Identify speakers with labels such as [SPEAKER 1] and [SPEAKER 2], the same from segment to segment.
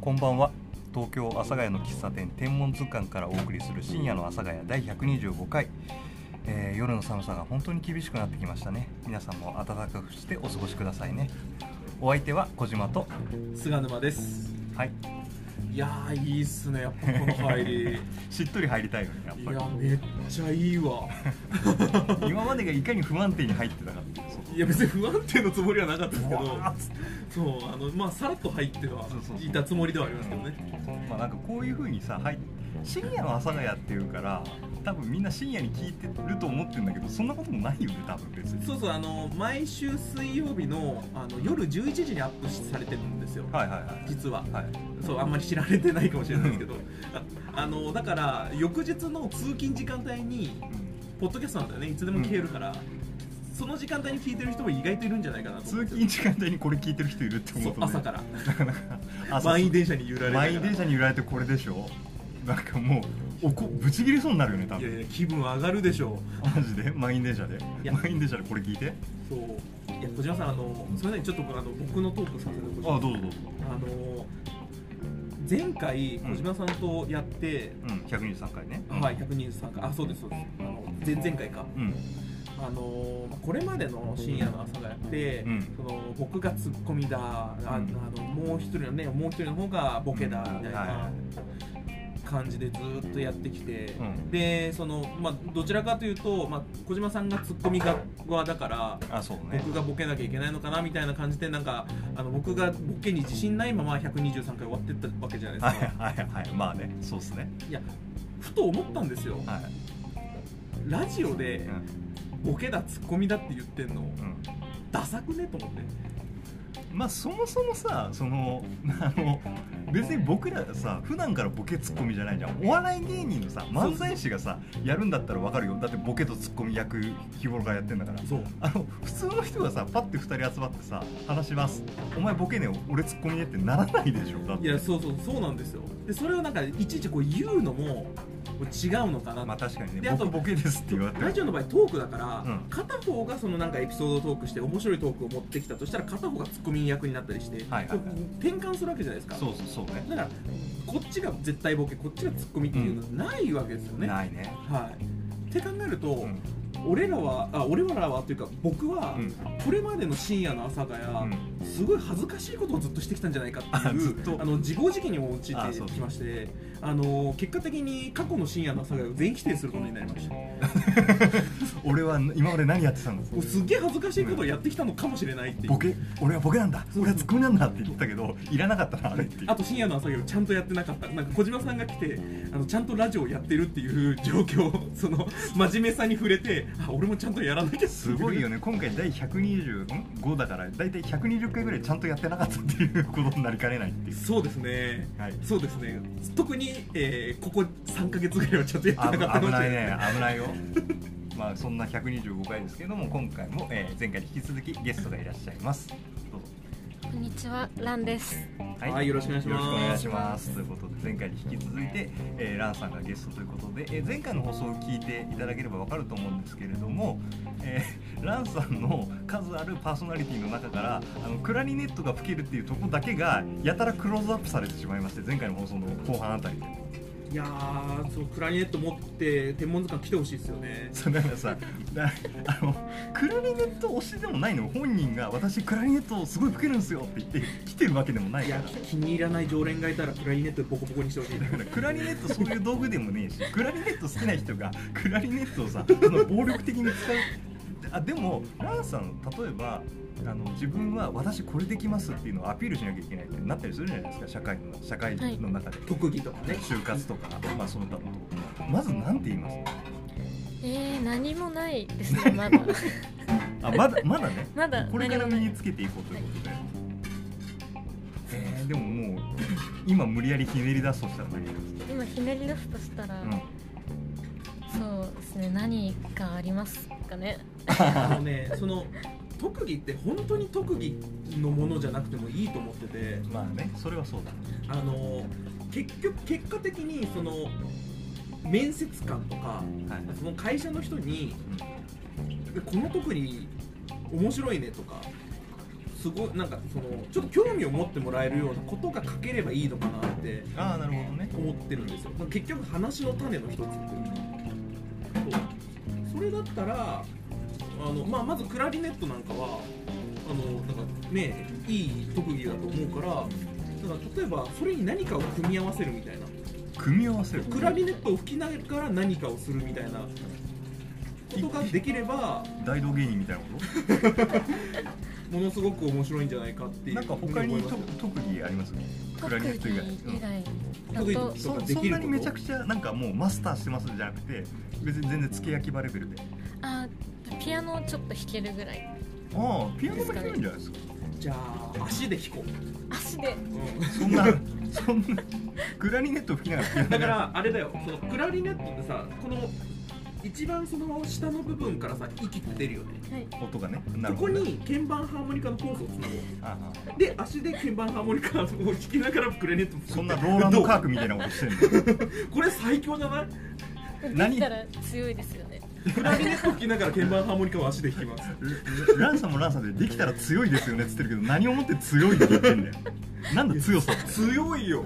[SPEAKER 1] こんばんは東京阿佐ヶ谷の喫茶店天文図鑑からお送りする深夜の阿佐ヶ谷第125回、えー夜の寒さが本当に厳しくなってきましたね皆さんも暖かくしてお過ごしくださいねお相手は小島と
[SPEAKER 2] 菅沼です
[SPEAKER 1] はい
[SPEAKER 2] いやーいいっすねやっぱこの 入りい
[SPEAKER 1] しっとり入りたいよねやっぱ
[SPEAKER 2] やめっちゃいいわ
[SPEAKER 1] り今までがいかに不安定に入ってたかっていう
[SPEAKER 2] いや別に不安定のつもりはなかったですけど
[SPEAKER 1] うわーっつって
[SPEAKER 2] そうあのまあさらっと入っては
[SPEAKER 1] そうそうそう
[SPEAKER 2] いたつもりではありますけどね
[SPEAKER 1] まあなんかこういう風にさ入っ深夜の阿佐ヶ谷っていうから多分みんな深夜に聞いてると思ってるんだけどそんなこともないよね多分別に
[SPEAKER 2] そうそうあの毎週水曜日のあの夜11時にアップされてるんですよ
[SPEAKER 1] はいはいはい
[SPEAKER 2] 実は
[SPEAKER 1] はい
[SPEAKER 2] そうあんまり知られてないかもしれないですけどああのだから翌日の通勤時間帯に
[SPEAKER 1] うん
[SPEAKER 2] ポッドキャストなんだよねいつでも消えるから、その時間帯に聞いてる人も意外といるんじゃないかなと思
[SPEAKER 1] 通
[SPEAKER 2] うんですよ
[SPEAKER 1] 勤時間帯にこれ聞いてる人いるって
[SPEAKER 2] そ
[SPEAKER 1] 思う
[SPEAKER 2] う
[SPEAKER 1] と、ね、
[SPEAKER 2] 朝から
[SPEAKER 1] 朝
[SPEAKER 2] 満員電車に揺られなが
[SPEAKER 1] 満員電車に揺られてこれでしょなんかもうおこぶち切れそうになるよね多
[SPEAKER 2] いやい
[SPEAKER 1] 分
[SPEAKER 2] や気分上がるでしょ
[SPEAKER 1] マジで満員電車で
[SPEAKER 2] いや
[SPEAKER 1] 満員電車でこれ聞いて
[SPEAKER 2] うそういや小島さんあのそれなりにちょっとあの僕のトークさせてほし
[SPEAKER 1] あ
[SPEAKER 2] い
[SPEAKER 1] どうぞどうぞ
[SPEAKER 2] あの前回
[SPEAKER 1] うん
[SPEAKER 2] 小島さんとやって、
[SPEAKER 1] うん123回ね
[SPEAKER 2] はい123回あそうですそうですあの前々回か
[SPEAKER 1] うん
[SPEAKER 2] あのまあこれまでの深夜の朝がやって、
[SPEAKER 1] うん
[SPEAKER 2] その僕がツッコミだあ,、
[SPEAKER 1] うん
[SPEAKER 2] あのもう一人のねもう一人の方がボケだみたい
[SPEAKER 1] はいはいは
[SPEAKER 2] な感じでずっとやってきて、
[SPEAKER 1] うん
[SPEAKER 2] でその、まあ、どちらかというと、まあ、小島さんがツッコミ側だから。
[SPEAKER 1] あそうね
[SPEAKER 2] 僕がボケなきゃいけないのかなみたいな感じでなんかあの僕がボケに自信ないまま123回終わってったわけじゃない
[SPEAKER 1] は
[SPEAKER 2] で
[SPEAKER 1] い
[SPEAKER 2] すか
[SPEAKER 1] はいはいまあねそうっすね
[SPEAKER 2] いやふと思ったんですよ
[SPEAKER 1] はい
[SPEAKER 2] ラジオで
[SPEAKER 1] うん
[SPEAKER 2] ボケだツッコミだって言ってんの
[SPEAKER 1] うん
[SPEAKER 2] ダサくねと思って
[SPEAKER 1] まあそもそもさそのあの別に僕らさ普段からボケツッコミじゃないじゃんお笑い芸人のさ漫才師がさやるんだったらわかるよだってボケとツッコミ役日頃からやってんだから
[SPEAKER 2] そう
[SPEAKER 1] あの普通の人がさパッて2人集まってさ話しますお前ボケねえ俺ツッコミねってならないでしょだっ
[SPEAKER 2] い
[SPEAKER 1] て
[SPEAKER 2] やそうそうそうなんですよでそれをなんかいちいちこう言うのもこう違うのかな
[SPEAKER 1] まあ確かに
[SPEAKER 2] で
[SPEAKER 1] ね
[SPEAKER 2] あと
[SPEAKER 1] 僕ボケですって言われて
[SPEAKER 2] ラジオの場合トークだから、
[SPEAKER 1] うん
[SPEAKER 2] 片方がそのなんかエピソードトークして面白いトークを持ってきたとしたら片方がツッコミ役になったりして、
[SPEAKER 1] はいはいはい
[SPEAKER 2] こう転換するわけじゃないですか
[SPEAKER 1] そうそうそうね
[SPEAKER 2] だからこっちが絶対ボケこっちがツッコミっていうのはないわけですよね、
[SPEAKER 1] ないね
[SPEAKER 2] はいって考えると、
[SPEAKER 1] うん
[SPEAKER 2] 俺らはあ俺らはというか僕は、
[SPEAKER 1] うん
[SPEAKER 2] これまでの深夜の朝が
[SPEAKER 1] う
[SPEAKER 2] や、
[SPEAKER 1] ん
[SPEAKER 2] すごい恥ずかしいことをずっとしてきたんじゃないかって
[SPEAKER 1] あ
[SPEAKER 2] い
[SPEAKER 1] ず
[SPEAKER 2] う
[SPEAKER 1] っと
[SPEAKER 2] あの自暴自棄に陥
[SPEAKER 1] あ
[SPEAKER 2] っ
[SPEAKER 1] そう
[SPEAKER 2] てきましてあの結果的に過去の深夜の朝が全否定することになりましたも
[SPEAKER 1] 俺は今まで何やってたんだ
[SPEAKER 2] うすっげえ恥ずかしいことをやってきたのかもしれないっていう
[SPEAKER 1] ボケ俺はボケなんだ
[SPEAKER 2] そう
[SPEAKER 1] 俺はツッコミなんだって言ったけどいらなかったなあれっていう
[SPEAKER 2] あと深夜の朝がちゃんとやってなかったなんか小島さんが来てあのちゃんとラジオをやってるっていう状況その真面目さに触れてあ俺もちゃんとやらなきゃ
[SPEAKER 1] すごいよね今回第125だから大体120回ぐらいちゃんとやってなかったっていうことになりかねないっていう
[SPEAKER 2] そうですね
[SPEAKER 1] はい
[SPEAKER 2] そうですね特に、えーここ3か月ぐらいはちゃんとやって
[SPEAKER 1] あ
[SPEAKER 2] なかった
[SPEAKER 1] ぶ危
[SPEAKER 2] かもし
[SPEAKER 1] な
[SPEAKER 2] れ
[SPEAKER 1] いね危ないよまあそんな125回ですけども今回も、えー前回に引き続きゲストがいらっしゃいますどうぞ
[SPEAKER 3] こんにちは、ランです。
[SPEAKER 2] はいよろしくお願いし
[SPEAKER 1] よ
[SPEAKER 2] ます
[SPEAKER 1] ろくお願いしますということで前回に引き続いて、えーランさんがゲストということで、えー前回の放送を聞いていただければわかると思うんですけれども、えーランさんの数あるパーソナリティの中からあのクラリネットが吹けるっていうとこだけがやたらクローズアップされてしまいまして前回の放送の後半あたりで
[SPEAKER 2] いやーそうクラリネット持って天文図鑑来てほしいですよね
[SPEAKER 1] そうだから さだあのクラリネット推しでもないの本人が私クラリネットすごい吹けるんですよって言って来てるわけでもない
[SPEAKER 2] い
[SPEAKER 1] か
[SPEAKER 2] や
[SPEAKER 1] ら
[SPEAKER 2] 気に入らない常連がいたらクラリネットボコボコにしてほしい
[SPEAKER 1] だからクラリネットそういう道具でもねえしクラリネット好きな人がクラリネットをさその暴力的に使うあでもランさん例えばあの自分は私これできますっていうのをアピールしなきゃいけないってなったりするじゃないですか社会の社会の中で、
[SPEAKER 2] 特技とかね
[SPEAKER 1] 就活とか、まあ、その他のとこまず何て言います
[SPEAKER 3] えー、何もないです ね、まだ。
[SPEAKER 1] あまだまだね
[SPEAKER 3] まだ
[SPEAKER 1] これか
[SPEAKER 3] 何
[SPEAKER 1] ら
[SPEAKER 3] も
[SPEAKER 1] 身
[SPEAKER 3] ない
[SPEAKER 1] に。つけていこうということで、えーでももう今無理やりひねり出すとしたら何ですか
[SPEAKER 3] 今ひねり出すとしたら、
[SPEAKER 1] うん
[SPEAKER 3] そうですね、何かありますかね。
[SPEAKER 2] あのねその特技って本当に特技のものじゃなくてもいいと思ってて
[SPEAKER 1] まあねそれはそうだ
[SPEAKER 2] あの結局結果的にその面接官とか
[SPEAKER 1] はい
[SPEAKER 2] その会社の人にこの特技面白いねとかすごいなんかそのちょっと興味を持ってもらえるようなことが書ければいいのかなって
[SPEAKER 1] ああなるほどね
[SPEAKER 2] 思ってるんですよ結局話の種の一つっていうそうそれだったらあの、まあ、まずクラリネットなんかはあのなんかねいい特技だと思うからだから例えばそれに何かを組み合わせるみたいな
[SPEAKER 1] 組み合わせる
[SPEAKER 2] クラリネットを吹きながら何かをするみたいなことができれば
[SPEAKER 1] 大道芸人みたいなこ
[SPEAKER 2] ものすごく面白いんじゃないかって
[SPEAKER 1] と
[SPEAKER 2] いう
[SPEAKER 1] なんか他にと
[SPEAKER 2] ふう思います
[SPEAKER 1] 特技ありますクラリネット以外
[SPEAKER 3] 特技以外だ
[SPEAKER 2] 特技
[SPEAKER 3] と
[SPEAKER 1] そ
[SPEAKER 2] とかで
[SPEAKER 1] そ
[SPEAKER 2] き
[SPEAKER 1] ん
[SPEAKER 2] る
[SPEAKER 1] な
[SPEAKER 2] こと
[SPEAKER 1] にめちゃくちゃなんかもうマスターしてますじゃなくて別に全然つけ焼き場レベルで
[SPEAKER 3] あピアノをちょっと弾けるぐらい
[SPEAKER 1] ああピアノも弾けるんじゃないですか
[SPEAKER 2] じゃあ足で弾こう、
[SPEAKER 3] 足で
[SPEAKER 2] うん
[SPEAKER 1] そんなそんなクラリネット吹きながらピアノ
[SPEAKER 2] だ
[SPEAKER 1] やる
[SPEAKER 2] からあれだよそのクラリネットってさこの一番その下の部分からさ息って出るよね
[SPEAKER 3] はい
[SPEAKER 1] 音がねな
[SPEAKER 2] そ
[SPEAKER 1] るほ
[SPEAKER 2] こ
[SPEAKER 1] どね
[SPEAKER 2] に鍵盤ハーモニカのコースをつなご
[SPEAKER 1] ああ
[SPEAKER 2] うで足で鍵盤ハーモニカを弾きながらクラリネットも
[SPEAKER 1] そんなローランドカークみたいなことしてるの
[SPEAKER 2] これ最強じゃない
[SPEAKER 1] 何
[SPEAKER 3] できたら強いですよね
[SPEAKER 2] クラリネット弾きながら鍵盤ハーモニカを足で弾きます
[SPEAKER 1] ランさんもランさんでできたら強いですよねっつってるけど何をもって強いって言ってんだよなんだ強さって
[SPEAKER 2] 強いよ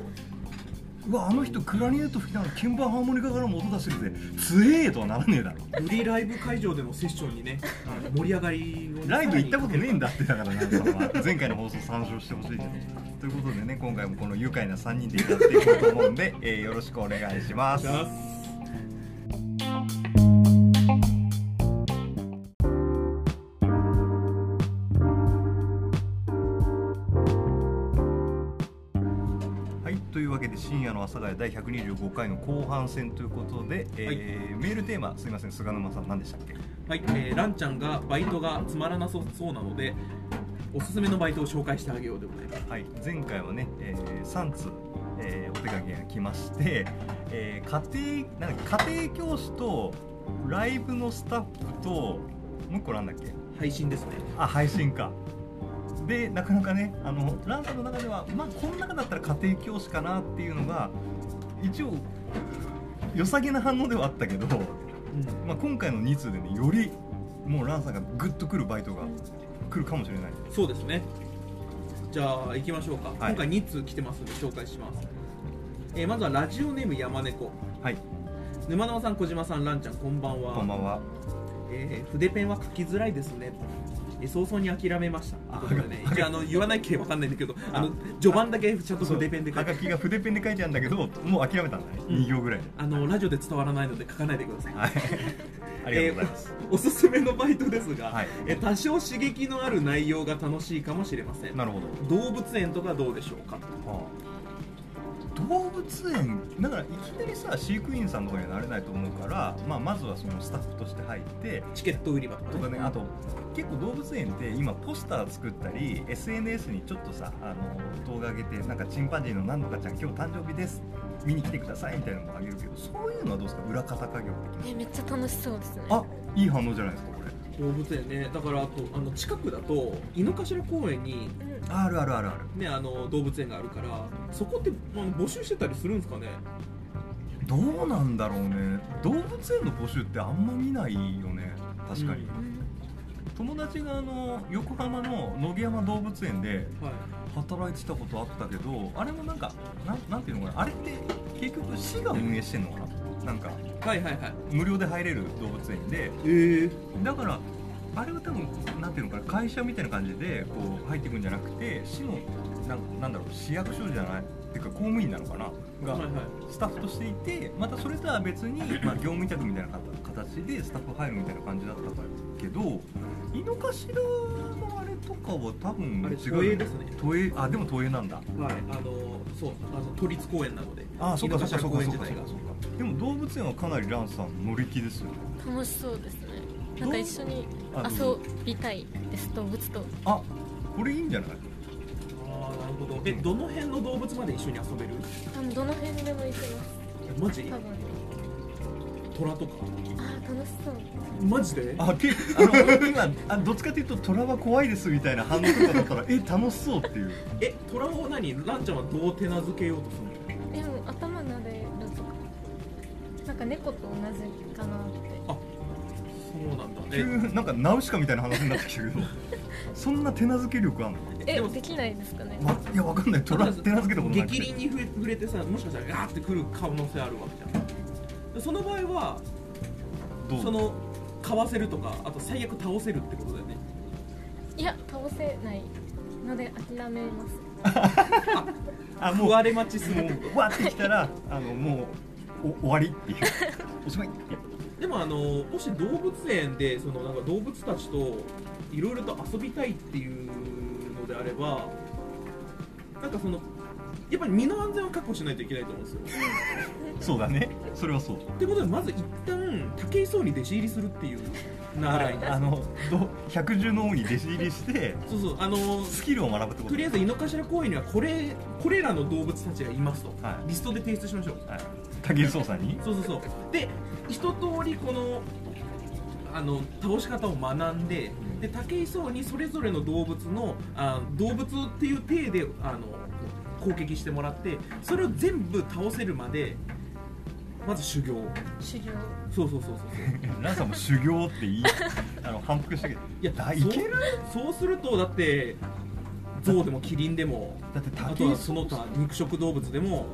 [SPEAKER 1] うわあの人クラリネット吹きながら鍵盤ハーモニカからも音出してるぜ強えとはならねえだろ
[SPEAKER 2] よりライブ会場でのセッションにねあの盛り上がりをね
[SPEAKER 1] ライブ行ったことねえんだってだからなんかまあ前回の放送参照してほしいけどということでね今回もこの愉快な3人でやっていこうと思うんで、えーよろしくお願いしま
[SPEAKER 2] お
[SPEAKER 1] す
[SPEAKER 2] 願いします
[SPEAKER 1] はいというわけで深夜の阿佐ヶ谷第125回の後半戦ということで、えー
[SPEAKER 2] はい
[SPEAKER 1] メールテーマすいません菅沼さん何でしたっけ
[SPEAKER 2] はい、えー、ランちゃんがバイトがつまらなそうそうなのでおすすめのバイトを紹介してあげようでございます
[SPEAKER 1] はい、前回はね、えー、3通、えーお手紙が来まして、えー家庭なんか家庭教師とライブのスタッフともう一個なんだっけ
[SPEAKER 2] 配信ですね
[SPEAKER 1] あ配信かでなかなかねあのランさんの中ではまあこの中だったら家庭教師かなっていうのが一応良さげな反応ではあったけど、まあ、今回の2通でねよりもうランさんがグッとくるバイトが来るかもしれない
[SPEAKER 2] そうですねじゃあ行きましょうか、
[SPEAKER 1] はい
[SPEAKER 2] 今回2通来てますので紹介します、えーまずはラジオネーム山猫
[SPEAKER 1] はい
[SPEAKER 2] 沼沼さん小島さんランちゃんこんばんは
[SPEAKER 1] こんばんは
[SPEAKER 2] えー筆ペンは書きづらいですねえー早々に諦めました
[SPEAKER 1] あ
[SPEAKER 2] ということでね一応あの言わない系わかんないんだけどあの序盤だけちゃんと筆ペンで書い
[SPEAKER 1] は
[SPEAKER 2] て
[SPEAKER 1] がきが筆ペンで書いてあるんだけどもう諦めたんだね、
[SPEAKER 2] うん
[SPEAKER 1] 2行ぐらいで
[SPEAKER 2] あのラジオで伝わらないので書かないでください
[SPEAKER 1] はい ありがとうございます、
[SPEAKER 2] おすすめのバイトですが、
[SPEAKER 1] はい
[SPEAKER 2] えー多少刺激のある内容が楽しいかもしれません
[SPEAKER 1] なるほど
[SPEAKER 2] 動物園とかどうでしょうか
[SPEAKER 1] 動物園だからいきなりさ飼育員さんとかにはなれないと思うから、まあ、まずはそのスタッフとして入って
[SPEAKER 2] チケット売り場とかね
[SPEAKER 1] とかねあと結構動物園って今ポスター作ったり SNS にちょっとさあの動画上げてなんかチンパンジーの何とかちゃん今日誕生日です見に来てくださいみたいなのもあげるけどそういうのはどうですか裏方稼業的
[SPEAKER 3] え
[SPEAKER 1] に
[SPEAKER 3] めっちゃ楽しそうですね
[SPEAKER 1] あいい反応じゃないですかこれ
[SPEAKER 2] 動物園ねだからあとあの近くだと井の頭公園に、
[SPEAKER 3] うん
[SPEAKER 1] あるあるあるある
[SPEAKER 2] ね、あの動物園があるからそこってあの募集してたりするんですかね
[SPEAKER 1] どうなんだろうね動物園の募集ってあんま見ないよね確かに、
[SPEAKER 2] うん
[SPEAKER 3] うん
[SPEAKER 1] 友達があの横浜の野毛山動物園で
[SPEAKER 2] はい
[SPEAKER 1] 働いてたことあったけどあれもなんかなんなんていうのかなあれって結局市が運営してんのかななんか
[SPEAKER 2] はいはいはい
[SPEAKER 1] 無料で入れる動物園で
[SPEAKER 2] えー、
[SPEAKER 1] だからあれは多分なんていうのかな会社みたいな感じでこう入っていくんじゃなくて市のなんなんだろう市役所じゃないっていうか公務員なのかなが、
[SPEAKER 2] はいはい
[SPEAKER 1] スタッフとしていてまたそれとは別に、まあ、業務委託みたいな形でスタッフ入るみたいな感じだったけど井の頭のあれとかは多分
[SPEAKER 2] あれ
[SPEAKER 1] 違う
[SPEAKER 2] 都営ですね
[SPEAKER 1] 都営あでも都営なんだ
[SPEAKER 2] はいあのそうあの都立公園なので
[SPEAKER 1] あそうかそうかそうか
[SPEAKER 2] 井
[SPEAKER 1] そ
[SPEAKER 2] の
[SPEAKER 1] うか
[SPEAKER 2] 頭公園
[SPEAKER 1] そう
[SPEAKER 2] 自体
[SPEAKER 1] か
[SPEAKER 2] が
[SPEAKER 1] でも動物園はかなりランさん乗り気ですよね
[SPEAKER 3] 楽しそうですねなんか一緒に
[SPEAKER 1] あ
[SPEAKER 3] 遊びたいです動物と
[SPEAKER 1] あこれいいんじゃない
[SPEAKER 2] ああなるほどえどの辺の動物まで一緒に遊べる
[SPEAKER 3] あのどの辺でも行けます
[SPEAKER 2] えマジ
[SPEAKER 3] 多分
[SPEAKER 2] 虎とか
[SPEAKER 3] あー楽しそう
[SPEAKER 2] マジで
[SPEAKER 1] あけあの今あどっちかというと虎は怖いですみたいな反応とかだったらえ楽しそうっていう
[SPEAKER 2] え虎を何ランちゃんはどう手なずけようとするの
[SPEAKER 3] でも頭撫でるとかなんか猫と同じかなって
[SPEAKER 2] そうそうなんだね
[SPEAKER 1] 急なんかナウシカみたいな話になってきたけどそんな手なずけ力あんの
[SPEAKER 3] え
[SPEAKER 2] でも
[SPEAKER 3] できないですかね
[SPEAKER 1] わいやわかんないトラ手なずけたことない
[SPEAKER 2] 激鱗に触れ触れてさもしかしたらガーってくる可能性あるわけじゃんその場合は
[SPEAKER 1] どう
[SPEAKER 2] そのかわせるとかあと最悪倒せるってことだよね
[SPEAKER 3] いや倒せないので諦めます
[SPEAKER 1] あもう
[SPEAKER 2] 食われ待ちする
[SPEAKER 1] もうわってきたらあのもうお終わりって いうおしまいっていう
[SPEAKER 2] でもあのもし動物園でそのなんか動物たちといろいろと遊びたいっていうのであればなんかそのやっぱり身の安全を確保しないといけないと思うんですよ
[SPEAKER 1] そうだねそれはそう
[SPEAKER 2] ってことでまず一旦武井壮に弟子入りするっていう流れに
[SPEAKER 1] あのど百獣の王に弟子入りして
[SPEAKER 2] そうそうあの
[SPEAKER 1] スキルを学ぶってこと
[SPEAKER 2] とりあえず井の頭公園にはこれこれらの動物たちがいますと、
[SPEAKER 1] はい
[SPEAKER 2] リストで提出しましょう
[SPEAKER 1] はい、武井壮さんに
[SPEAKER 2] そうそうそうで一通りこのあの倒し方を学んでで武井壮にそれぞれの動物のあ動物っていう体であの攻撃してもらってそれを全部倒せるまでまず修行
[SPEAKER 3] 修行
[SPEAKER 2] そうそうそうそうそう
[SPEAKER 1] ランさんも修行って言いあの反復したけど
[SPEAKER 2] いや
[SPEAKER 1] だいける
[SPEAKER 2] そうそうするとだって象でもキリンでも
[SPEAKER 1] だって
[SPEAKER 2] あと
[SPEAKER 1] 武井
[SPEAKER 2] はその
[SPEAKER 1] 壮さ
[SPEAKER 2] 他
[SPEAKER 1] ん
[SPEAKER 2] 肉食動物でも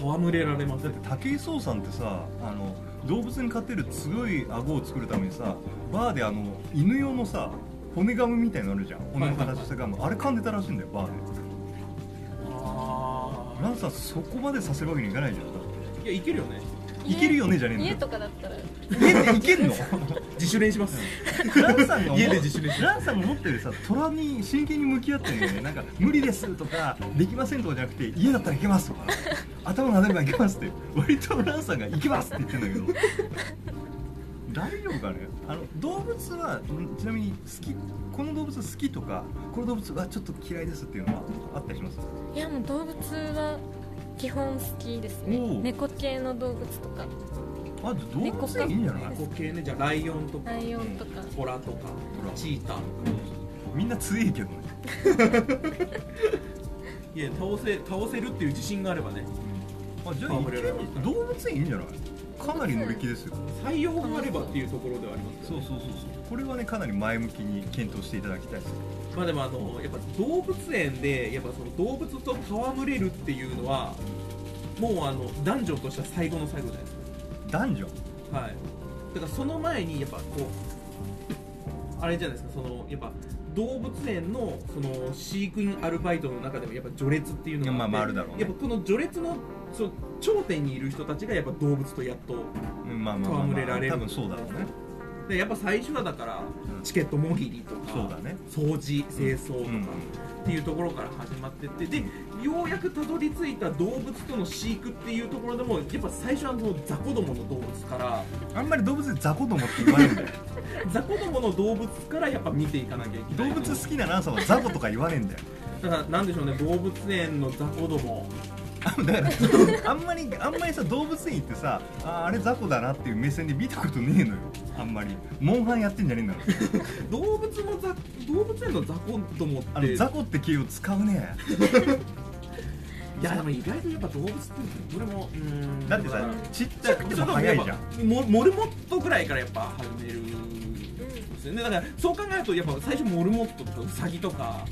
[SPEAKER 2] 戯れられます
[SPEAKER 1] だって武井壮さんってさあの動物に勝てる強い顎を作るためにさバーであの犬用のさ骨ガムみたいなのあるじゃん骨の形したガム、あれ噛んでたらしいんだよバーで
[SPEAKER 2] あ
[SPEAKER 1] ランさんそこまでさせるわけにいかないじゃんだっ
[SPEAKER 2] いやいけるよね
[SPEAKER 1] ていけるよねじゃねえんだ
[SPEAKER 3] 家
[SPEAKER 1] よ
[SPEAKER 3] とかだったら
[SPEAKER 1] 家でいけんの
[SPEAKER 2] 自主練します
[SPEAKER 1] ランさんが思う
[SPEAKER 2] 家で自主練習
[SPEAKER 1] ランさんが持ってるさ虎に真剣に向き合ってるよねなんか無理ですとかできませんとかじゃなくて家だったらいけますとか頭撫でればいけますって割とランさんがいけますって言ってんだけど大丈夫かねあの動物はんちなみに好きこの動物好きとかこの動物はちょっと嫌いですっていうのはあったりします
[SPEAKER 3] いやもう動物は基本好きですね
[SPEAKER 1] おう
[SPEAKER 3] 猫系の動物とか
[SPEAKER 1] あじゃあ動物園いいんじゃない
[SPEAKER 2] 猫系ねじゃあライオンとか
[SPEAKER 3] ライオンとか
[SPEAKER 2] トラとか
[SPEAKER 1] トラ
[SPEAKER 2] チーター
[SPEAKER 1] みんな強いけどね
[SPEAKER 2] いや倒せ倒せるっていう自信があればね
[SPEAKER 1] あじゃあいける動物園いいんじゃないかなり乗り気ですよ
[SPEAKER 2] 採用があればっていうところではあります
[SPEAKER 1] そうそうそうそうこれはねかなり前向きに検討していただきたいです
[SPEAKER 2] まあでもあのやっぱ動物園でやっぱその動物と戯れるっていうのはもうあの男女としては最後の最後じゃないです
[SPEAKER 1] 男女
[SPEAKER 2] かはいだからその前にやっぱこうあれじゃないですかそのやっぱ動物園のその飼育員アルバイトの中でもやっぱ序列っていうのが
[SPEAKER 1] まあまああ
[SPEAKER 2] って
[SPEAKER 1] るだろうね
[SPEAKER 2] やっぱこの序列のその頂点にいる人たちがやっぱ動物とやっと
[SPEAKER 1] うんまあまあまあ、
[SPEAKER 2] 戯れ
[SPEAKER 1] ま
[SPEAKER 2] ら
[SPEAKER 1] あ、
[SPEAKER 2] れる
[SPEAKER 1] 多分そうだろうね
[SPEAKER 2] でやっぱ最初はだから
[SPEAKER 1] うん
[SPEAKER 2] チケットもぎりとか、
[SPEAKER 1] そうだね
[SPEAKER 2] 掃除清掃とか、
[SPEAKER 1] うん
[SPEAKER 2] っていうところから始まってってでようやくたどり着いた動物との飼育っていうところでもやっぱ最初はその雑魚どもの動物から
[SPEAKER 1] あんまり動物で雑魚と思って言わないんだよ
[SPEAKER 2] 雑魚どもの動物からやっぱ見ていかなきゃいけな
[SPEAKER 1] 動
[SPEAKER 2] い
[SPEAKER 1] 物好きなランさんは雑魚とか言わねえんだよ
[SPEAKER 2] だからなんでしょうね動物園の雑魚ども
[SPEAKER 1] あだからあんまりあんまりさ動物園行ってさああれ雑魚だなっていう目線で見たことねえのよあんまりモンハンやってんじゃねえんだろ
[SPEAKER 2] 動物の雑動物園の雑魚どもって
[SPEAKER 1] あの雑魚って形を使うね
[SPEAKER 2] いやでも意外とやっぱ動物ってどれもうーん
[SPEAKER 1] だってさ
[SPEAKER 2] から
[SPEAKER 1] ちっちゃくても早いじゃん
[SPEAKER 2] もモルモットぐらいからやっぱ始めるですよねだからそう考えるとやっぱ最初モルモットとかウサギとか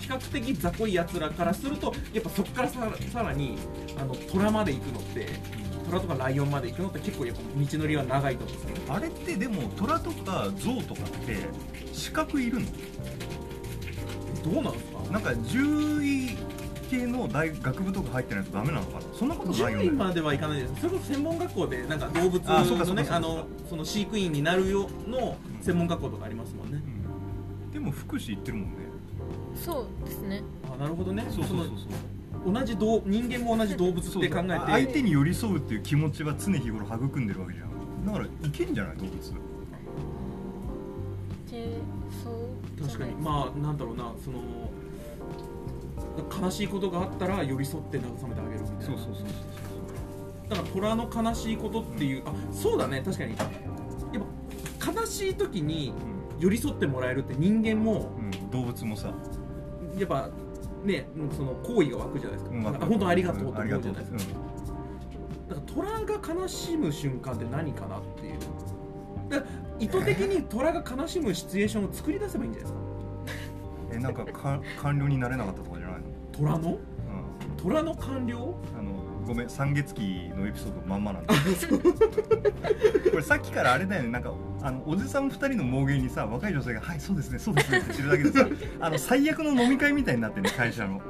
[SPEAKER 2] 比較的雑魚いやつらからするとやっぱそこからささらにあの虎まで行くのって虎とかライオンまで行くのって結構やっぱ道のりは長いと思うんですよ
[SPEAKER 1] あれってでも虎とか象とかって資格いるの
[SPEAKER 2] どうなんですか
[SPEAKER 1] なんか獣医系の大学部とか入ってないとダメなのかなそんなことないよ
[SPEAKER 2] 獣医
[SPEAKER 1] ね
[SPEAKER 2] まではいかないですそれこそ専門学校でなんか動物
[SPEAKER 1] あそうかそうかそう
[SPEAKER 2] のね
[SPEAKER 1] か
[SPEAKER 2] あのその飼育員になるよの専門学校とかありますもんね
[SPEAKER 1] うんでも福祉行ってるもんね
[SPEAKER 3] そうですね
[SPEAKER 2] あなるほどね
[SPEAKER 1] そうそうそう
[SPEAKER 2] の
[SPEAKER 1] そう
[SPEAKER 2] 同じ動人間も同じ動物って考えて
[SPEAKER 1] あ相手に寄り添うっていう気持ちは常日頃育んでるわけじゃんだからいけんじゃない動物
[SPEAKER 3] でそう
[SPEAKER 2] 確かに
[SPEAKER 3] あ
[SPEAKER 2] まあなんだろうなその悲しいことがあったら寄り添って慰めてあげるみたいな
[SPEAKER 1] そうそう
[SPEAKER 2] だから虎の悲しいことっていうあそうだね確かにやっぱ悲しい時に寄り添ってもらえるって人間も
[SPEAKER 1] うん、うん、動物もさ
[SPEAKER 2] やっぱねその好意が湧くじゃないですか、
[SPEAKER 1] うんわかる
[SPEAKER 2] あ本当ありがとうっ
[SPEAKER 1] ん
[SPEAKER 2] て
[SPEAKER 1] ありが
[SPEAKER 2] 思う
[SPEAKER 1] と
[SPEAKER 2] じゃ
[SPEAKER 1] う
[SPEAKER 2] ないですか、
[SPEAKER 1] う
[SPEAKER 2] だから虎が悲しむ瞬間って何かなっていうだから意図的に虎が悲しむシチュエーションを作り出せばいいんじゃないですか
[SPEAKER 1] えなんかか 官僚になれなかったとかじゃないの、
[SPEAKER 2] 虎の虎の官僚
[SPEAKER 1] うん、あのごめん三月期のエピソードまんまなんだこれさっきからあれだよねなんかあのおじさん二人の盲言にさ若い女性が「はいそうですねそうですね」って知るだけでさあの最悪の飲み会みたいになってね会社の。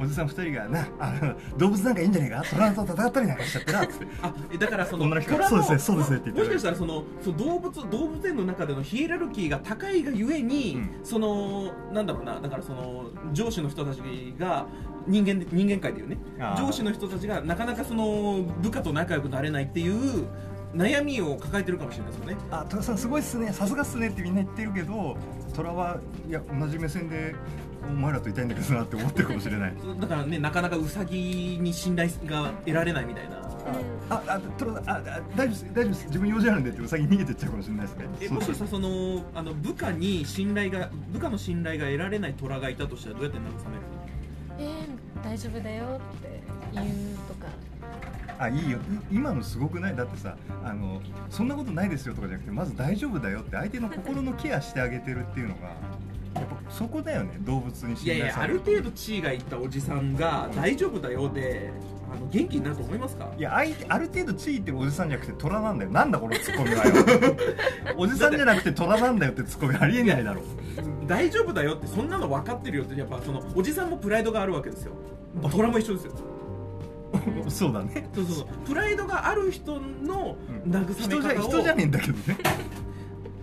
[SPEAKER 1] おじさん二人がなあ動物なんかいいんじゃねえかトランと戦ったりなんかしちゃってなっつって
[SPEAKER 2] あえだからその
[SPEAKER 1] 女の人が
[SPEAKER 2] 虎
[SPEAKER 1] そう
[SPEAKER 2] の
[SPEAKER 1] ですねそうですねって言
[SPEAKER 2] も
[SPEAKER 1] っ
[SPEAKER 2] してかしたらそのその動物動物園の中でのヒエラルキーが高いがゆえに、
[SPEAKER 1] う
[SPEAKER 2] そのなんだろうなだからその上司の人たちが人間で人間界でいうね
[SPEAKER 1] あー
[SPEAKER 2] 上司の人たちがなかなかその部下と仲良くなれないっていう悩みを抱えてるかもしれないですよね。
[SPEAKER 1] あトラさんすごいっすねさすがっすねってみんな言ってるけどトラはいや同じ目線でお前らといたいんだけどなって思ってるかもしれない
[SPEAKER 2] だからねなかなかウサギに信頼が得られないみたいな。
[SPEAKER 1] ああトラさんああ大丈夫です大丈夫です自分用事あるんでってウサギ逃げてっちゃうかもしれないですね
[SPEAKER 2] え
[SPEAKER 1] そう
[SPEAKER 2] もしさそのあの部下に信頼が部下の信頼が得られない虎がいたとしたらどうやって慰める
[SPEAKER 3] えー大丈夫だよって言うとか
[SPEAKER 1] あいいよい今のすごくないだってさあのそんなことないですよとかじゃなくてまず大丈夫だよって相手の心のケアしてあげてるっていうのがやっぱそこだよね動物に
[SPEAKER 2] いや
[SPEAKER 1] 信
[SPEAKER 2] い
[SPEAKER 1] 頼
[SPEAKER 2] や
[SPEAKER 1] さ
[SPEAKER 2] あ
[SPEAKER 1] れ
[SPEAKER 2] る
[SPEAKER 1] る
[SPEAKER 2] 程度地位がいったおじさんが大丈夫だよであの元気になると思いますか
[SPEAKER 1] いやあいある程度地位ってるおじさんじゃなくて虎なんだよなんだこのツッコミはよ おじさんじゃなくて虎なんだよってツッコミありえないだろ
[SPEAKER 2] 大丈夫だよってそんなの分かってるよってやっぱそのおじさんもプライドがあるわけですよ虎も一緒ですよ
[SPEAKER 1] うそうだね
[SPEAKER 2] そうそうそうプライドがある人の
[SPEAKER 1] うん
[SPEAKER 2] 慰
[SPEAKER 1] 人じゃ
[SPEAKER 2] め方を、
[SPEAKER 1] 人じゃねえんだけどね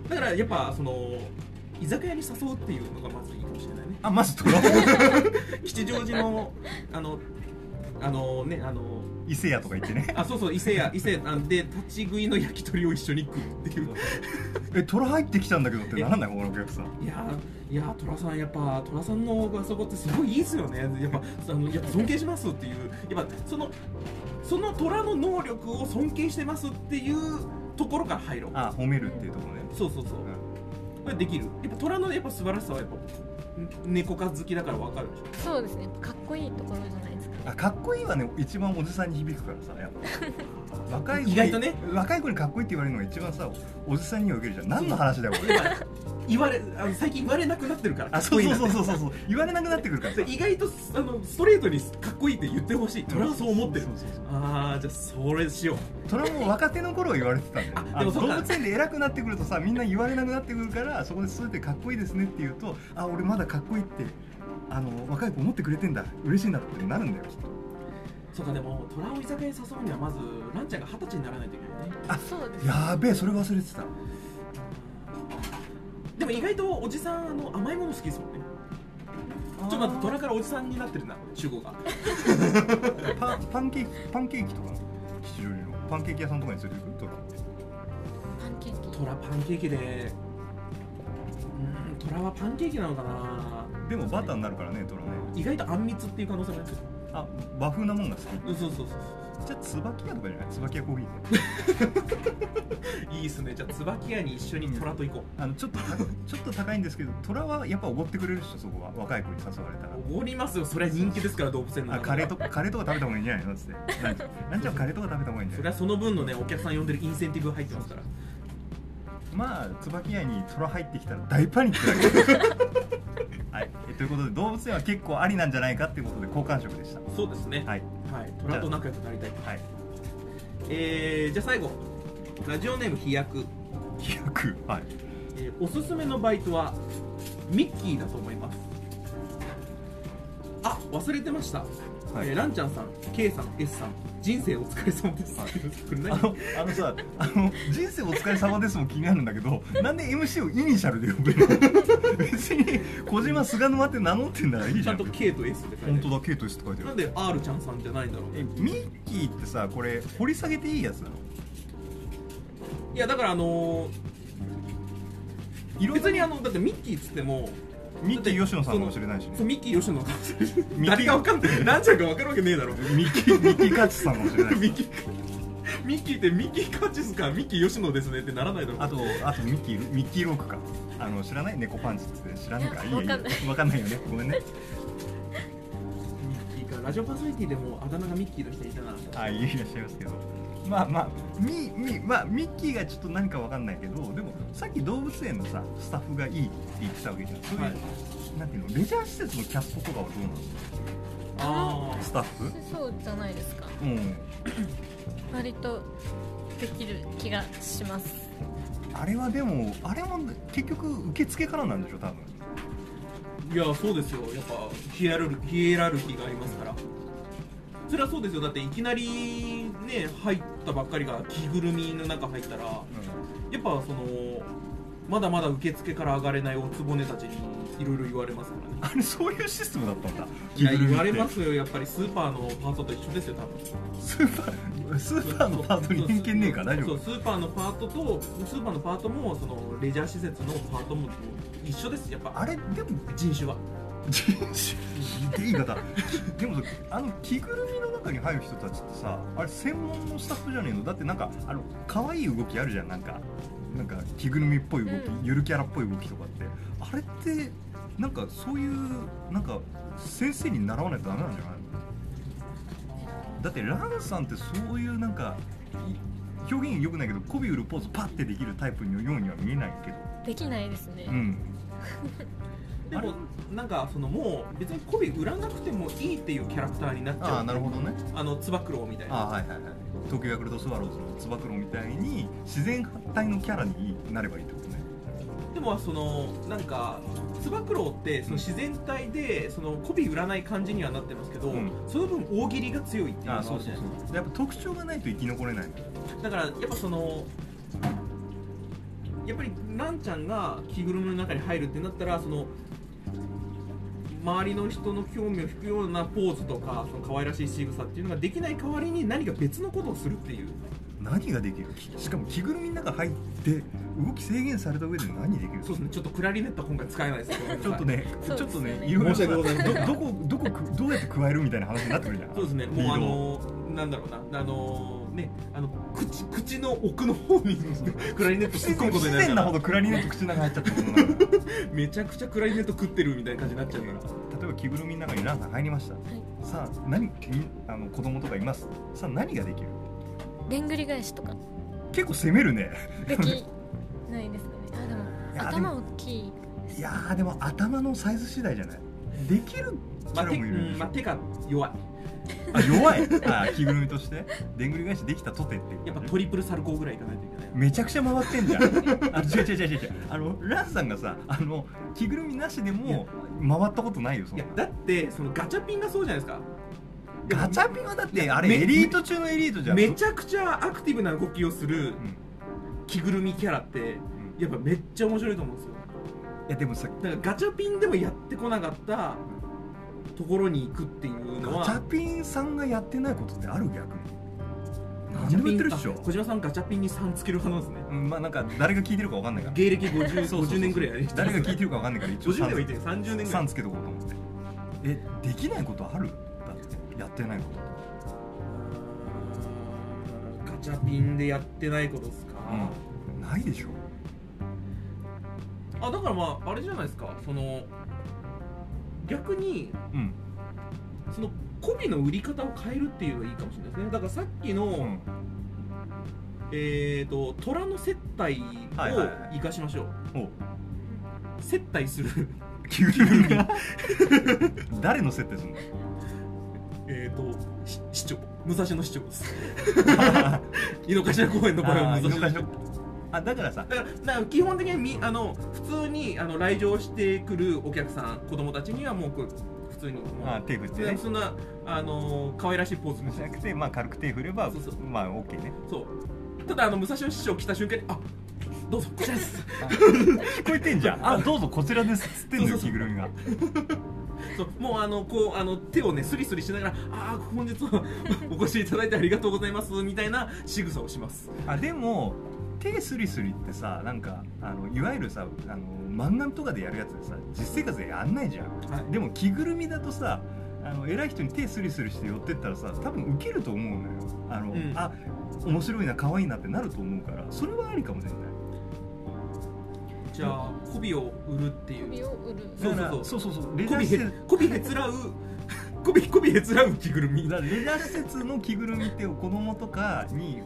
[SPEAKER 2] だからやっぱその居酒屋に誘うっていうのがまずいいかもしれないね
[SPEAKER 1] あまず 虎を
[SPEAKER 2] 吉祥寺 のあのあのねあの
[SPEAKER 1] 伊勢屋とか言ってね
[SPEAKER 2] あそうそう伊勢屋伊勢なんで立ち食いの焼き鳥を一緒に食うっていう
[SPEAKER 1] え虎入ってきたんだけどってならないこのお客さん
[SPEAKER 2] いやーいやー寅さんやっぱ寅さんのあそこってすごいいいですよねやっぱあのやっぱ尊敬しますっていうやっぱそのその虎の能力を尊敬してますっていうところから入ろう
[SPEAKER 1] あ褒めるっていうところね
[SPEAKER 2] そうそうそうこれできるやっぱ虎のやっぱ素晴らしさはやっぱ猫科好きだからわかるでし
[SPEAKER 3] そうですねかっこいいところじゃないですか
[SPEAKER 1] あかっこいいはね一番おじさんに響くからさやっぱ若い子に
[SPEAKER 2] 意外とね
[SPEAKER 1] 若い子にかっこいいって言われるのが一番さおじさんには受けるじゃん何の話だよこ
[SPEAKER 2] ょ
[SPEAKER 1] れ
[SPEAKER 2] や っぱ言われあの最近言われなくなってるからか
[SPEAKER 1] あ
[SPEAKER 2] っ
[SPEAKER 1] そ
[SPEAKER 2] こ
[SPEAKER 1] う
[SPEAKER 2] いい
[SPEAKER 1] そう
[SPEAKER 2] なって
[SPEAKER 1] そうそうそうそう言われなくなってくるからさ
[SPEAKER 2] 意外とあのストレートにかっこいいって言ってほしい虎はそう思ってる
[SPEAKER 1] そうそうそう
[SPEAKER 2] ああじゃあそれしよう
[SPEAKER 1] トラも若手の頃は言われてたんだよあ
[SPEAKER 2] あで
[SPEAKER 1] の
[SPEAKER 2] もそ
[SPEAKER 1] 動
[SPEAKER 2] うか
[SPEAKER 1] 物園で偉くなってくるとさみんな言われなくなってくるからそこでそうやってかっこいいですねって言うとあ俺まだかっこいいってあの若い子思ってくれてんだ嬉しいなってなるんだよきっと
[SPEAKER 2] そうかでも虎を居酒屋に誘うにはまずランちゃんが二十歳にならないといけないね
[SPEAKER 3] そうですね
[SPEAKER 1] やーべえそれ忘れてた
[SPEAKER 2] でも意外とおじさんあの甘いもの好きですもんねちょっと待って虎からおじさんになってるな主語が
[SPEAKER 1] パンパンケーキパンケーキとかの吉祥寺のパンケーキ屋さんとかに連れてくるトラ
[SPEAKER 3] パンケーキ
[SPEAKER 2] 虎パンケーキでうーん虎はパンケーキなのかな
[SPEAKER 1] でもバターになるからねトラね
[SPEAKER 2] 意外とあんみつっていう可能性もある
[SPEAKER 1] あ和風なもんが好き
[SPEAKER 2] うんそうそうそう
[SPEAKER 1] じゃあ椿屋とかじゃない椿屋コーヒー
[SPEAKER 2] そういいっすねじゃあ椿屋に一緒に虎と行こ
[SPEAKER 1] あのちょっとたちょっと高いんですけどトラはやっぱおごってくれるでしょそこは若い子に誘われたら
[SPEAKER 2] うおごりますよそれは人気ですから動物園の
[SPEAKER 1] あカ
[SPEAKER 2] 中で
[SPEAKER 1] レーとカレーとか食べた方がいいんじゃないのっつってなんちゃんなんちゃんカレーとか食べた方がいいんじ
[SPEAKER 2] そ
[SPEAKER 1] ゃな
[SPEAKER 2] れ
[SPEAKER 1] い
[SPEAKER 2] はその分のねお客さん呼んでるインセンティブが入ってますから
[SPEAKER 1] まあ椿屋にトラ入ってきたら大パニックだ けどはいえということで動物園は結構ありなんじゃないかっていうことで好感触でした
[SPEAKER 2] そうですね
[SPEAKER 1] はい
[SPEAKER 2] はい虎と仲良くなりたい
[SPEAKER 1] はい
[SPEAKER 2] えー、じゃあ最後ラジオネーム飛躍、
[SPEAKER 1] 飛躍はい
[SPEAKER 2] えーおすすめのバイトはミッキーだと思いますあ忘れてました、
[SPEAKER 1] はい
[SPEAKER 2] えーランちゃんさん K さん S さん人生お疲れ様です、
[SPEAKER 1] はい
[SPEAKER 2] これ
[SPEAKER 1] あ
[SPEAKER 2] 何
[SPEAKER 1] のあのさあの人生お疲れ様ですも気になるんだけどなんで MC をイニシャルで呼べるの 別に小島菅沼って名乗ってんだからいい
[SPEAKER 2] ち
[SPEAKER 1] じ
[SPEAKER 2] ゃ
[SPEAKER 1] ゃ
[SPEAKER 2] ん
[SPEAKER 1] ん
[SPEAKER 2] と K と S って書い
[SPEAKER 1] 本
[SPEAKER 2] て
[SPEAKER 1] 当
[SPEAKER 2] あ
[SPEAKER 1] だケイトですって書いて
[SPEAKER 2] る
[SPEAKER 1] あ
[SPEAKER 2] な
[SPEAKER 1] る
[SPEAKER 2] んで R ちゃんさんじゃないんだろう
[SPEAKER 1] えミッキーってさこれ掘り下げていいやつなの
[SPEAKER 2] いやだからあのー
[SPEAKER 1] いろいろ
[SPEAKER 2] 別にあのだってミッキーっつっても
[SPEAKER 1] ミッキー吉野さんかもしれないしね
[SPEAKER 2] そうミッキー吉野の顔してる
[SPEAKER 1] ミッキー
[SPEAKER 2] 誰かわかんないランちゃんかわかるわけねえだろ
[SPEAKER 1] ミッキーミッキーカッチさんかもしれないし
[SPEAKER 2] ミッキーミッキーってミッキーカチスかミッキー吉野ですねってならないだろ
[SPEAKER 1] あとあとミッキーミッキーロークかあの知らない猫パンチって知らないかいいよいいよ
[SPEAKER 3] わかんない
[SPEAKER 1] わかんないよねごめんね
[SPEAKER 2] ミッキーかラジオパーソナリティでもあだ名がミッキーの人いたな
[SPEAKER 1] あいいいらっしゃいますけどまあまあミミまあミッキーがちょっと何かわかんないけどでもさっき動物園のさスタッフがいいって言ってたわけじゃんそういう、
[SPEAKER 2] はい
[SPEAKER 1] なんていうのレジャー施設のキャストとかはどうなの
[SPEAKER 2] あ
[SPEAKER 1] スタッフ
[SPEAKER 3] そうじゃないですか
[SPEAKER 1] うん
[SPEAKER 3] 割とできる気がします
[SPEAKER 1] あれはでもあれも結局受付からなんでしょ多分
[SPEAKER 2] あいやそうですよやっぱヒエラルヒエラルキーがありますからそれはそうですよだっていきなりね入ったばっかりが着ぐるみの中入ったらやっぱそのまだまだ受付から上がれないおつぼねたちにいろいろ言われますからね
[SPEAKER 1] あれそういうシステムだったんだ
[SPEAKER 2] いや言われますすよやっぱりスーパーのパートと一緒ですよ多分
[SPEAKER 1] スーパースーパーのパートに偏見ねえから大丈
[SPEAKER 2] そ
[SPEAKER 1] 夫
[SPEAKER 2] うスーパーのパートとスーパーのパートもそのレジャー施設のパートも一緒ですやっぱ
[SPEAKER 1] あれでも
[SPEAKER 2] 人種は
[SPEAKER 1] 人種言い方でもあの着ぐるみの中に入る人たちってさあれ専門のスタッフじゃねえのだってなんかあの可愛い動きあるじゃんなんかなんか着ぐるみっぽい動き
[SPEAKER 3] うん
[SPEAKER 1] ゆるキャラっぽい動きとかってあれってなんかそういうなんか先生に習わないとダメなんじゃないのだってランさんってそういうなんかい表現良くないけど媚び売るポーズパッてできるタイプのようには見えないけど
[SPEAKER 3] できないですね、
[SPEAKER 1] うん
[SPEAKER 2] でもなんかそのもう別に媚び売らなくてもいいっていうキャラクターになっちゃう
[SPEAKER 1] るほどね
[SPEAKER 2] あのつば九郎みたいな
[SPEAKER 1] あはいはいはい東京ヤクルトスワローズのつば九郎みたいに自然体のキャラになればいいってことね
[SPEAKER 2] でもそのなんかつば九郎ってその自然体でその媚び売らない感じにはなってますけど、
[SPEAKER 1] うん
[SPEAKER 2] その分大喜利が強いっていうのがあるじゃないですか
[SPEAKER 1] やっぱ特徴がないと生き残れない
[SPEAKER 2] だからやっぱそのやっぱりランちゃんが着ぐるみの中に入るってなったらその周りの人の興味を引くようなポーズとかその可愛らしい仕草っていうのができない代わりに何か別のことをするっていう
[SPEAKER 1] 何ができるきしかも着ぐるみの中入って動き制限された上で何できる
[SPEAKER 2] そうですねちょっとクラリネット今回使えないですけど
[SPEAKER 1] ちょっとね、ち
[SPEAKER 3] そ
[SPEAKER 1] ょ
[SPEAKER 3] う
[SPEAKER 1] っ
[SPEAKER 3] ですね
[SPEAKER 1] とね、いろいろ
[SPEAKER 2] 申し訳ございません
[SPEAKER 1] どどこどこくどうやって加えるみたいな話になってくるじゃん。
[SPEAKER 2] そうですねもうあのなんだろうなあのねあの口口の奥の方にクラリネット突っ込むこと
[SPEAKER 1] 自
[SPEAKER 2] になるか
[SPEAKER 1] 然なほ
[SPEAKER 2] ら
[SPEAKER 1] どクラリネット口の中入っちゃってることになるから
[SPEAKER 2] めちゃくちゃクラリネット食ってるみたいな感じになっちゃうから
[SPEAKER 1] 例えば着ぐるみの中にランさん入りました。さあ何みあの子供とかいます。さあ何ができる。
[SPEAKER 3] でんぐり返しと か
[SPEAKER 1] 結構攻めるね。
[SPEAKER 3] できないですかねあ
[SPEAKER 1] いや
[SPEAKER 3] でも
[SPEAKER 1] でも
[SPEAKER 3] 頭大きい
[SPEAKER 1] いやーでも頭のサイズ次第じゃないできるキャ
[SPEAKER 2] まあ、
[SPEAKER 1] ラ
[SPEAKER 2] 手
[SPEAKER 1] もいる
[SPEAKER 2] うん
[SPEAKER 1] でし
[SPEAKER 2] まあ
[SPEAKER 1] ょ
[SPEAKER 2] 手が弱い
[SPEAKER 1] あ弱いあ着ぐるみとしてでんぐり返しできたとてっていう
[SPEAKER 2] やっぱトリプルサルコーぐらいいかないといけない
[SPEAKER 1] めちゃくちゃ回ってんじゃんあ違う違う違う違う違うあのランさんがさあの着ぐるみなしでも回ったことないよそん
[SPEAKER 2] い
[SPEAKER 1] な
[SPEAKER 2] やだってそのガチャピンがそうじゃないですか
[SPEAKER 1] ガチャピンはだってあれ
[SPEAKER 2] め
[SPEAKER 1] エリート中のエリートじゃん
[SPEAKER 2] めちゃくちゃアクティブな動きをす
[SPEAKER 1] う
[SPEAKER 2] る
[SPEAKER 1] ん
[SPEAKER 2] 着ぐるみキャラって
[SPEAKER 1] うんい
[SPEAKER 2] やっぱめっちゃ面白いと思うんですよ
[SPEAKER 1] やでもさ
[SPEAKER 2] だからガチャピンでもやってこなかったところに行くっていうの
[SPEAKER 1] ガチ
[SPEAKER 2] は
[SPEAKER 1] ャピンさんがやってないことってある逆に
[SPEAKER 2] ガ
[SPEAKER 1] 何
[SPEAKER 2] チ
[SPEAKER 1] でも
[SPEAKER 2] ャピ
[SPEAKER 1] や
[SPEAKER 2] ン
[SPEAKER 1] ってるっしょ
[SPEAKER 2] あ小島さんガチャピンに3つける派なんですね
[SPEAKER 1] うんまあなんか誰が聞いてるかわかんないから
[SPEAKER 2] 芸歴 50,
[SPEAKER 1] そうそうそう
[SPEAKER 2] 50年ぐらいやり
[SPEAKER 1] 誰が聞い
[SPEAKER 2] て
[SPEAKER 1] てるかわかんないから一応
[SPEAKER 2] 50年はいいてる30年ぐら
[SPEAKER 1] さん
[SPEAKER 2] い
[SPEAKER 1] つけとこうと思ってえできないことあるだってやってないこと
[SPEAKER 2] ガチャピンでやってないことですか、
[SPEAKER 1] うんないでしょ
[SPEAKER 2] あだからまああれじゃないですかその逆に
[SPEAKER 1] うん
[SPEAKER 2] そのコビの売り方を変えるっていうのがいいかもしれないですねだからさっきの、
[SPEAKER 1] うん
[SPEAKER 2] えっ、と虎の接待
[SPEAKER 1] はいはいは
[SPEAKER 2] を生かしましょう、
[SPEAKER 1] お
[SPEAKER 2] 接待する
[SPEAKER 1] 急に 誰の設定するの
[SPEAKER 2] えっとし市長武蔵野市長です井の頭公園の場合は
[SPEAKER 1] あ
[SPEAKER 2] 武蔵野市長
[SPEAKER 1] あだからさ
[SPEAKER 2] だからだから基本的にみあの普通にあの来場してくるお客さん子供たちにはもうこう普通にもう
[SPEAKER 1] あ手振ってね
[SPEAKER 2] そんなあの可愛らしいポーズ見
[SPEAKER 1] じ
[SPEAKER 2] せ
[SPEAKER 1] ゃ
[SPEAKER 2] な
[SPEAKER 1] な
[SPEAKER 2] く
[SPEAKER 1] くてまあ軽く手振れば
[SPEAKER 2] そうそう
[SPEAKER 1] まあ OK ね
[SPEAKER 2] そうただあの武蔵野市長来た瞬間にあどうぞこちらです
[SPEAKER 1] 聞こえてんじゃん あどうぞこちら ですっつってんの
[SPEAKER 2] そう
[SPEAKER 1] よ着
[SPEAKER 2] そうそう
[SPEAKER 1] ぐるみが
[SPEAKER 2] そうもうあのこうあの手をねスリスリしながら「ああ本日は お越しいただいてありがとうございます」みたいな仕草をします
[SPEAKER 1] あでも手スリスリってさなんかあのいわゆるさあの漫画とかでやるやつでさ実生活でやんないじゃん
[SPEAKER 2] はい
[SPEAKER 1] でも着ぐるみだとさあの偉い人に手スリスリして寄ってったらさ多分ウケると思うのよあの、
[SPEAKER 2] うん
[SPEAKER 1] あ面白いな可愛いなってなると思うからそれはありかもしれない
[SPEAKER 2] じゃあ媚びを売るってい
[SPEAKER 3] 首
[SPEAKER 2] う
[SPEAKER 3] を売る
[SPEAKER 2] そ
[SPEAKER 1] だ
[SPEAKER 2] う
[SPEAKER 1] からそうそうそうレジャー
[SPEAKER 2] 媚び
[SPEAKER 1] 施
[SPEAKER 2] へ
[SPEAKER 1] 設
[SPEAKER 2] 媚びへつらうこびひっこびへつらう着ぐるみ
[SPEAKER 1] だからレジャー施設の着ぐるみって子供とかに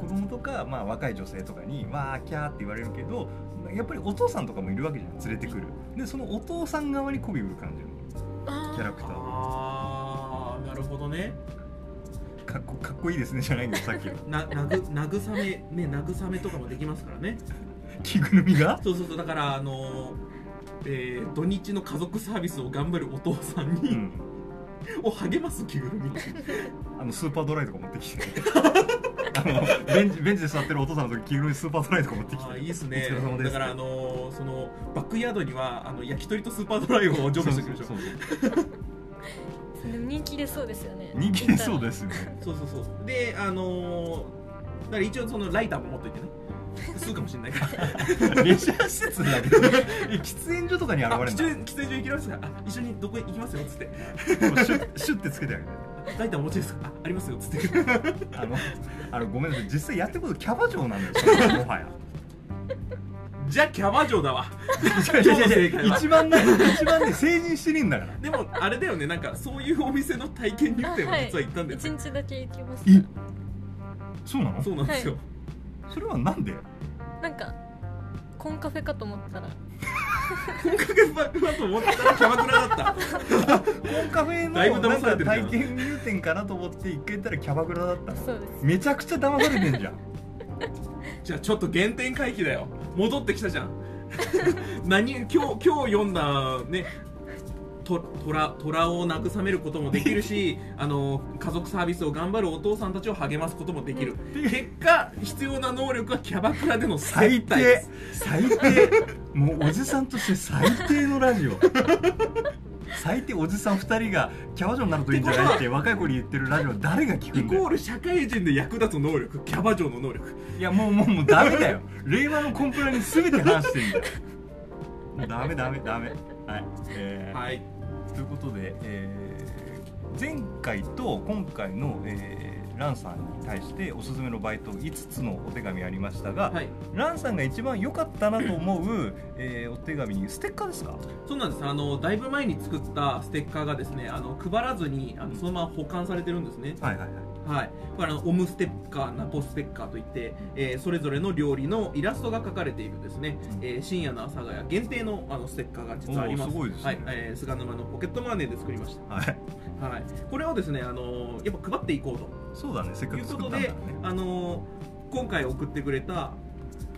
[SPEAKER 1] 子供とか、まあ、若い女性とかに「わーキャー」って言われるけどやっぱりお父さんとかもいるわけじゃん連れてくるでそのお父さん側に媚び売る感じの
[SPEAKER 3] あ
[SPEAKER 1] キャ
[SPEAKER 3] ー
[SPEAKER 1] ラクター
[SPEAKER 2] あーなるほどね
[SPEAKER 1] かっこかっこいいですねじゃないんだよさっきの
[SPEAKER 2] ななぐ慰めね慰めとかもできますからね
[SPEAKER 1] 着ぐるみ が
[SPEAKER 2] そうそうそうだからあのえー土日の家族サービスを頑張るお父さんに、
[SPEAKER 1] うん
[SPEAKER 2] を励ます着ぐるみ
[SPEAKER 1] あのスーパードライとか持ってきてあのベンチベンチで座ってるお父さんの時着ぐるみスーパードライとか持ってき
[SPEAKER 2] あ
[SPEAKER 1] て
[SPEAKER 2] ーいいですね
[SPEAKER 1] お疲れ様です
[SPEAKER 2] だからあのーそのバックヤードにはあの焼き鳥とスーパードライを常備しておきまし
[SPEAKER 1] そ
[SPEAKER 2] ょう
[SPEAKER 1] うそうそう
[SPEAKER 3] でも人気出そうですよね
[SPEAKER 1] 人気出そうですよ ね
[SPEAKER 2] そうそうそうであのーだから一応そのライターも持っとい てね吸うかもしれないから
[SPEAKER 1] レジャー施設だけどえ喫煙所とかに現
[SPEAKER 2] あ
[SPEAKER 1] れるん
[SPEAKER 2] 喫
[SPEAKER 1] だ
[SPEAKER 2] 煙喫煙所行きますかあ一緒にどこへ行きますよっつって
[SPEAKER 1] こうシュッシュッてつけてあげて
[SPEAKER 2] ライターお持ちですかあありますよっつって
[SPEAKER 1] あのあのごめんなさい実際やってることキャバ嬢なんだよそれはもはや
[SPEAKER 2] じゃあキャバ嬢だわ
[SPEAKER 1] いやいやいや
[SPEAKER 2] 今日の正解は
[SPEAKER 1] 一番ね一番ね成人してねえんだから
[SPEAKER 2] でもあれだよねなんかそういうお店の体験入
[SPEAKER 3] あ
[SPEAKER 2] 店を
[SPEAKER 3] はい
[SPEAKER 2] 実は行ったんだよ
[SPEAKER 3] 一
[SPEAKER 2] ね、
[SPEAKER 3] 日だけ行きまし
[SPEAKER 1] えそうなの
[SPEAKER 2] そうなんですよ、
[SPEAKER 3] は
[SPEAKER 1] それはなんで
[SPEAKER 3] たなんかコンカフェかと思ったら
[SPEAKER 2] 本格バックだと思ったらキャバクラだった
[SPEAKER 1] コンカフェ
[SPEAKER 2] だいぶ
[SPEAKER 1] のな
[SPEAKER 2] 騙
[SPEAKER 1] ん
[SPEAKER 2] され
[SPEAKER 1] か
[SPEAKER 2] てるじゃ
[SPEAKER 1] 体
[SPEAKER 2] ん
[SPEAKER 1] 験入店かなと思って一回行ったらキャバクラだったの
[SPEAKER 3] そうです
[SPEAKER 1] めちゃくちゃ騙されてんじゃん
[SPEAKER 2] じゃあちょっと原点回帰だよ戻ってきたじゃん 何今日今日読んだねと虎虎を慰めることもできる しあの家族サービスを頑張るお父さんたちを励ますこともできる結果必要な能力はキャバクラでの接
[SPEAKER 1] 最
[SPEAKER 2] 待で
[SPEAKER 1] 低
[SPEAKER 2] す
[SPEAKER 1] 最低もうおじさんとして最低のラジオ最低おじさん2人がキャバ嬢になるといいんじゃないって若い子に言ってるラジオ誰が聞く
[SPEAKER 2] イ
[SPEAKER 1] んだ
[SPEAKER 2] コー
[SPEAKER 1] よ
[SPEAKER 2] ル社会人で役立つ能力キャバ嬢の能力
[SPEAKER 1] いやもうもうもうダメだよ令和のコンプラに全て話してんだよもうダメダメダメはい、えー
[SPEAKER 2] はい
[SPEAKER 1] ということで、えー前回と今回の、えーランさんに対しておすすめのバイト5つのお手紙ありましたが、
[SPEAKER 2] はい
[SPEAKER 1] ランさんが一番良かったなと思う、えーお手紙にステッカーですか
[SPEAKER 2] そうなんですあのだいぶ前に作ったステッカーがですねあの配らずにあのそのまま保管されてるんですね
[SPEAKER 1] はいはいはい
[SPEAKER 2] はい、これあのオムステッカーナポステッカーといって、えーそれぞれの料理のイラストが描かれているですね、えー深夜の阿佐ヶ谷限定のあのステッカーが実はあります
[SPEAKER 1] おーすごいですね
[SPEAKER 2] はいえー菅沼のポケットマネーで作りまし
[SPEAKER 1] はい
[SPEAKER 2] た、はい、これをですね、あのーやっぱ配っていこうと
[SPEAKER 1] そうだねせっか
[SPEAKER 2] とい
[SPEAKER 1] く
[SPEAKER 2] う
[SPEAKER 1] 作
[SPEAKER 2] こ
[SPEAKER 1] った
[SPEAKER 2] と
[SPEAKER 1] んだから
[SPEAKER 2] で
[SPEAKER 1] ね、
[SPEAKER 2] あのー今回送ってくれた、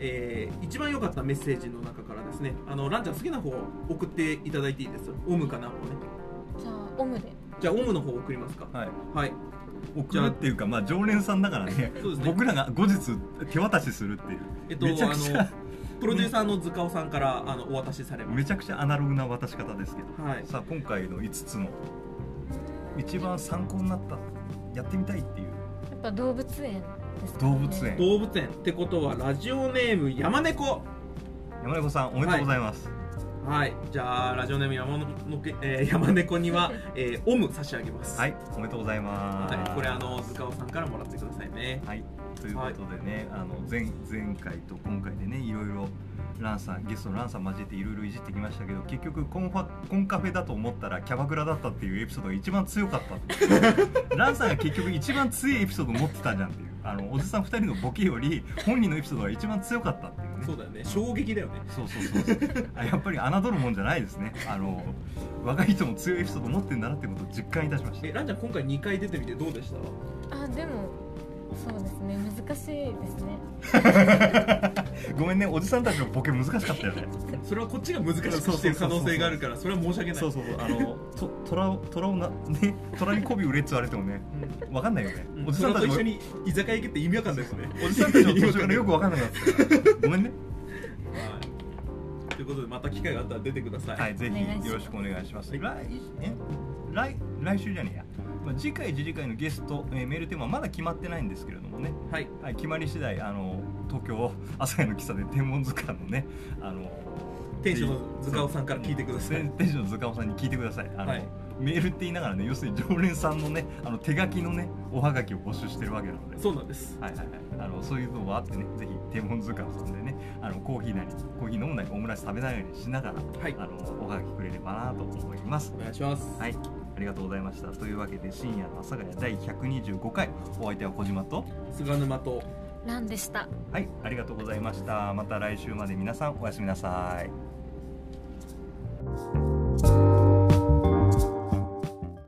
[SPEAKER 2] えー一番良かったメッセージの中からですねあのランちゃん好きな方を送っていただいていいですオムかなもね
[SPEAKER 3] じゃあオムで
[SPEAKER 2] じゃあオムの方を送りますか
[SPEAKER 1] はい
[SPEAKER 2] はい
[SPEAKER 1] 送るっていうかまあ常連さんだからね
[SPEAKER 2] そうですね
[SPEAKER 1] 僕らが後日手渡しするっていう
[SPEAKER 2] えっと
[SPEAKER 1] めちゃくちゃ
[SPEAKER 2] あのプロデューサーの塚尾さんからあのお渡しされ ま
[SPEAKER 1] め
[SPEAKER 2] し
[SPEAKER 1] ちゃくちゃアナログな渡し方ですけど
[SPEAKER 2] たはい
[SPEAKER 1] さあ今回の5つの一番参考になったやってみたいっていう
[SPEAKER 3] やっぱ動物園ですか、ね、
[SPEAKER 1] 動物園
[SPEAKER 2] 動物園ってことはラジオネーム山猫
[SPEAKER 1] 山猫さんおめでとうございます、
[SPEAKER 2] はいじゃあラジオネーム山ののけ、えー山猫 には、えーオム差し上げます
[SPEAKER 1] はい、おめでとうございます。
[SPEAKER 2] はいこれあの塚尾さんからもらってくださいね
[SPEAKER 1] はい、ということでね、あの前前回と今回でね、いろいろ。ランさんゲストのランさん交えていろいろいじってきましたけど結局コンファコンカフェだと思ったらキャバクラだったっていうエピソードが一番強かった ってランさんが結局一番強いエピソード持ってたじゃんっていうあのおじさん2人のボケより本人のエピソードが一番強かったっていうね
[SPEAKER 2] そうだよね衝撃だよね
[SPEAKER 1] そうそうそう そうあやっぱり侮るもんじゃないですねあの若い人も強いエピソード持ってんだなってことを実感いたしました
[SPEAKER 2] えランちゃん今回2回出てみてどうでした
[SPEAKER 3] あでもそうですね難しいですね
[SPEAKER 1] ごめんねおじさんたちのボケ難しかったよね
[SPEAKER 2] それはこっちが難しくしてる可能性があるからそれは申し訳ない
[SPEAKER 1] そうそうそうあのと虎を虎をなね虎に媚び売れって言われてもね
[SPEAKER 2] うん
[SPEAKER 1] わかんないよね
[SPEAKER 2] うん
[SPEAKER 1] おじさんたちも
[SPEAKER 2] それと一緒に居酒屋行けって意味わかんないですね
[SPEAKER 1] おじさんたちの途中からよくわかんなくなってたから ごめんね
[SPEAKER 2] はいということでまた機会があったら出てください。
[SPEAKER 1] はいぜ
[SPEAKER 3] お願いしま
[SPEAKER 1] ひ
[SPEAKER 3] す
[SPEAKER 1] よろしくお願いします
[SPEAKER 2] は
[SPEAKER 1] 来
[SPEAKER 2] い
[SPEAKER 1] え来来週じゃねえやまあ次回次々回のゲスト、えーメールテーマはまだ決まってないんですけれどもね、
[SPEAKER 2] はい。
[SPEAKER 1] はい、決まり次第あの東京朝日の喫茶店天文図鑑のねあの
[SPEAKER 2] 店主の塚尾さんから聞いてくださ い
[SPEAKER 1] うん店主の塚尾さんに聞いてくださいあの、
[SPEAKER 2] はい
[SPEAKER 1] メールって言いながらね要するに常連さんのね あの手書きのねおはがきを募集してるわけなので
[SPEAKER 2] そうなんです。
[SPEAKER 1] はいはいはい、あのそういうのもあってねぜひ天文図鑑さんでねあのコーヒーなりコーヒー飲むなりオムライス食べないようにしながら、
[SPEAKER 2] はい
[SPEAKER 1] あのおはがきくれればなと思います
[SPEAKER 2] お願いします。
[SPEAKER 1] はいありがとうございましたというわけで深夜の阿佐ヶ谷第125回お相手は小島と
[SPEAKER 2] 菅沼と
[SPEAKER 3] ランでした
[SPEAKER 1] はいありがとうございましたまた来週まで皆さんおやすみなさい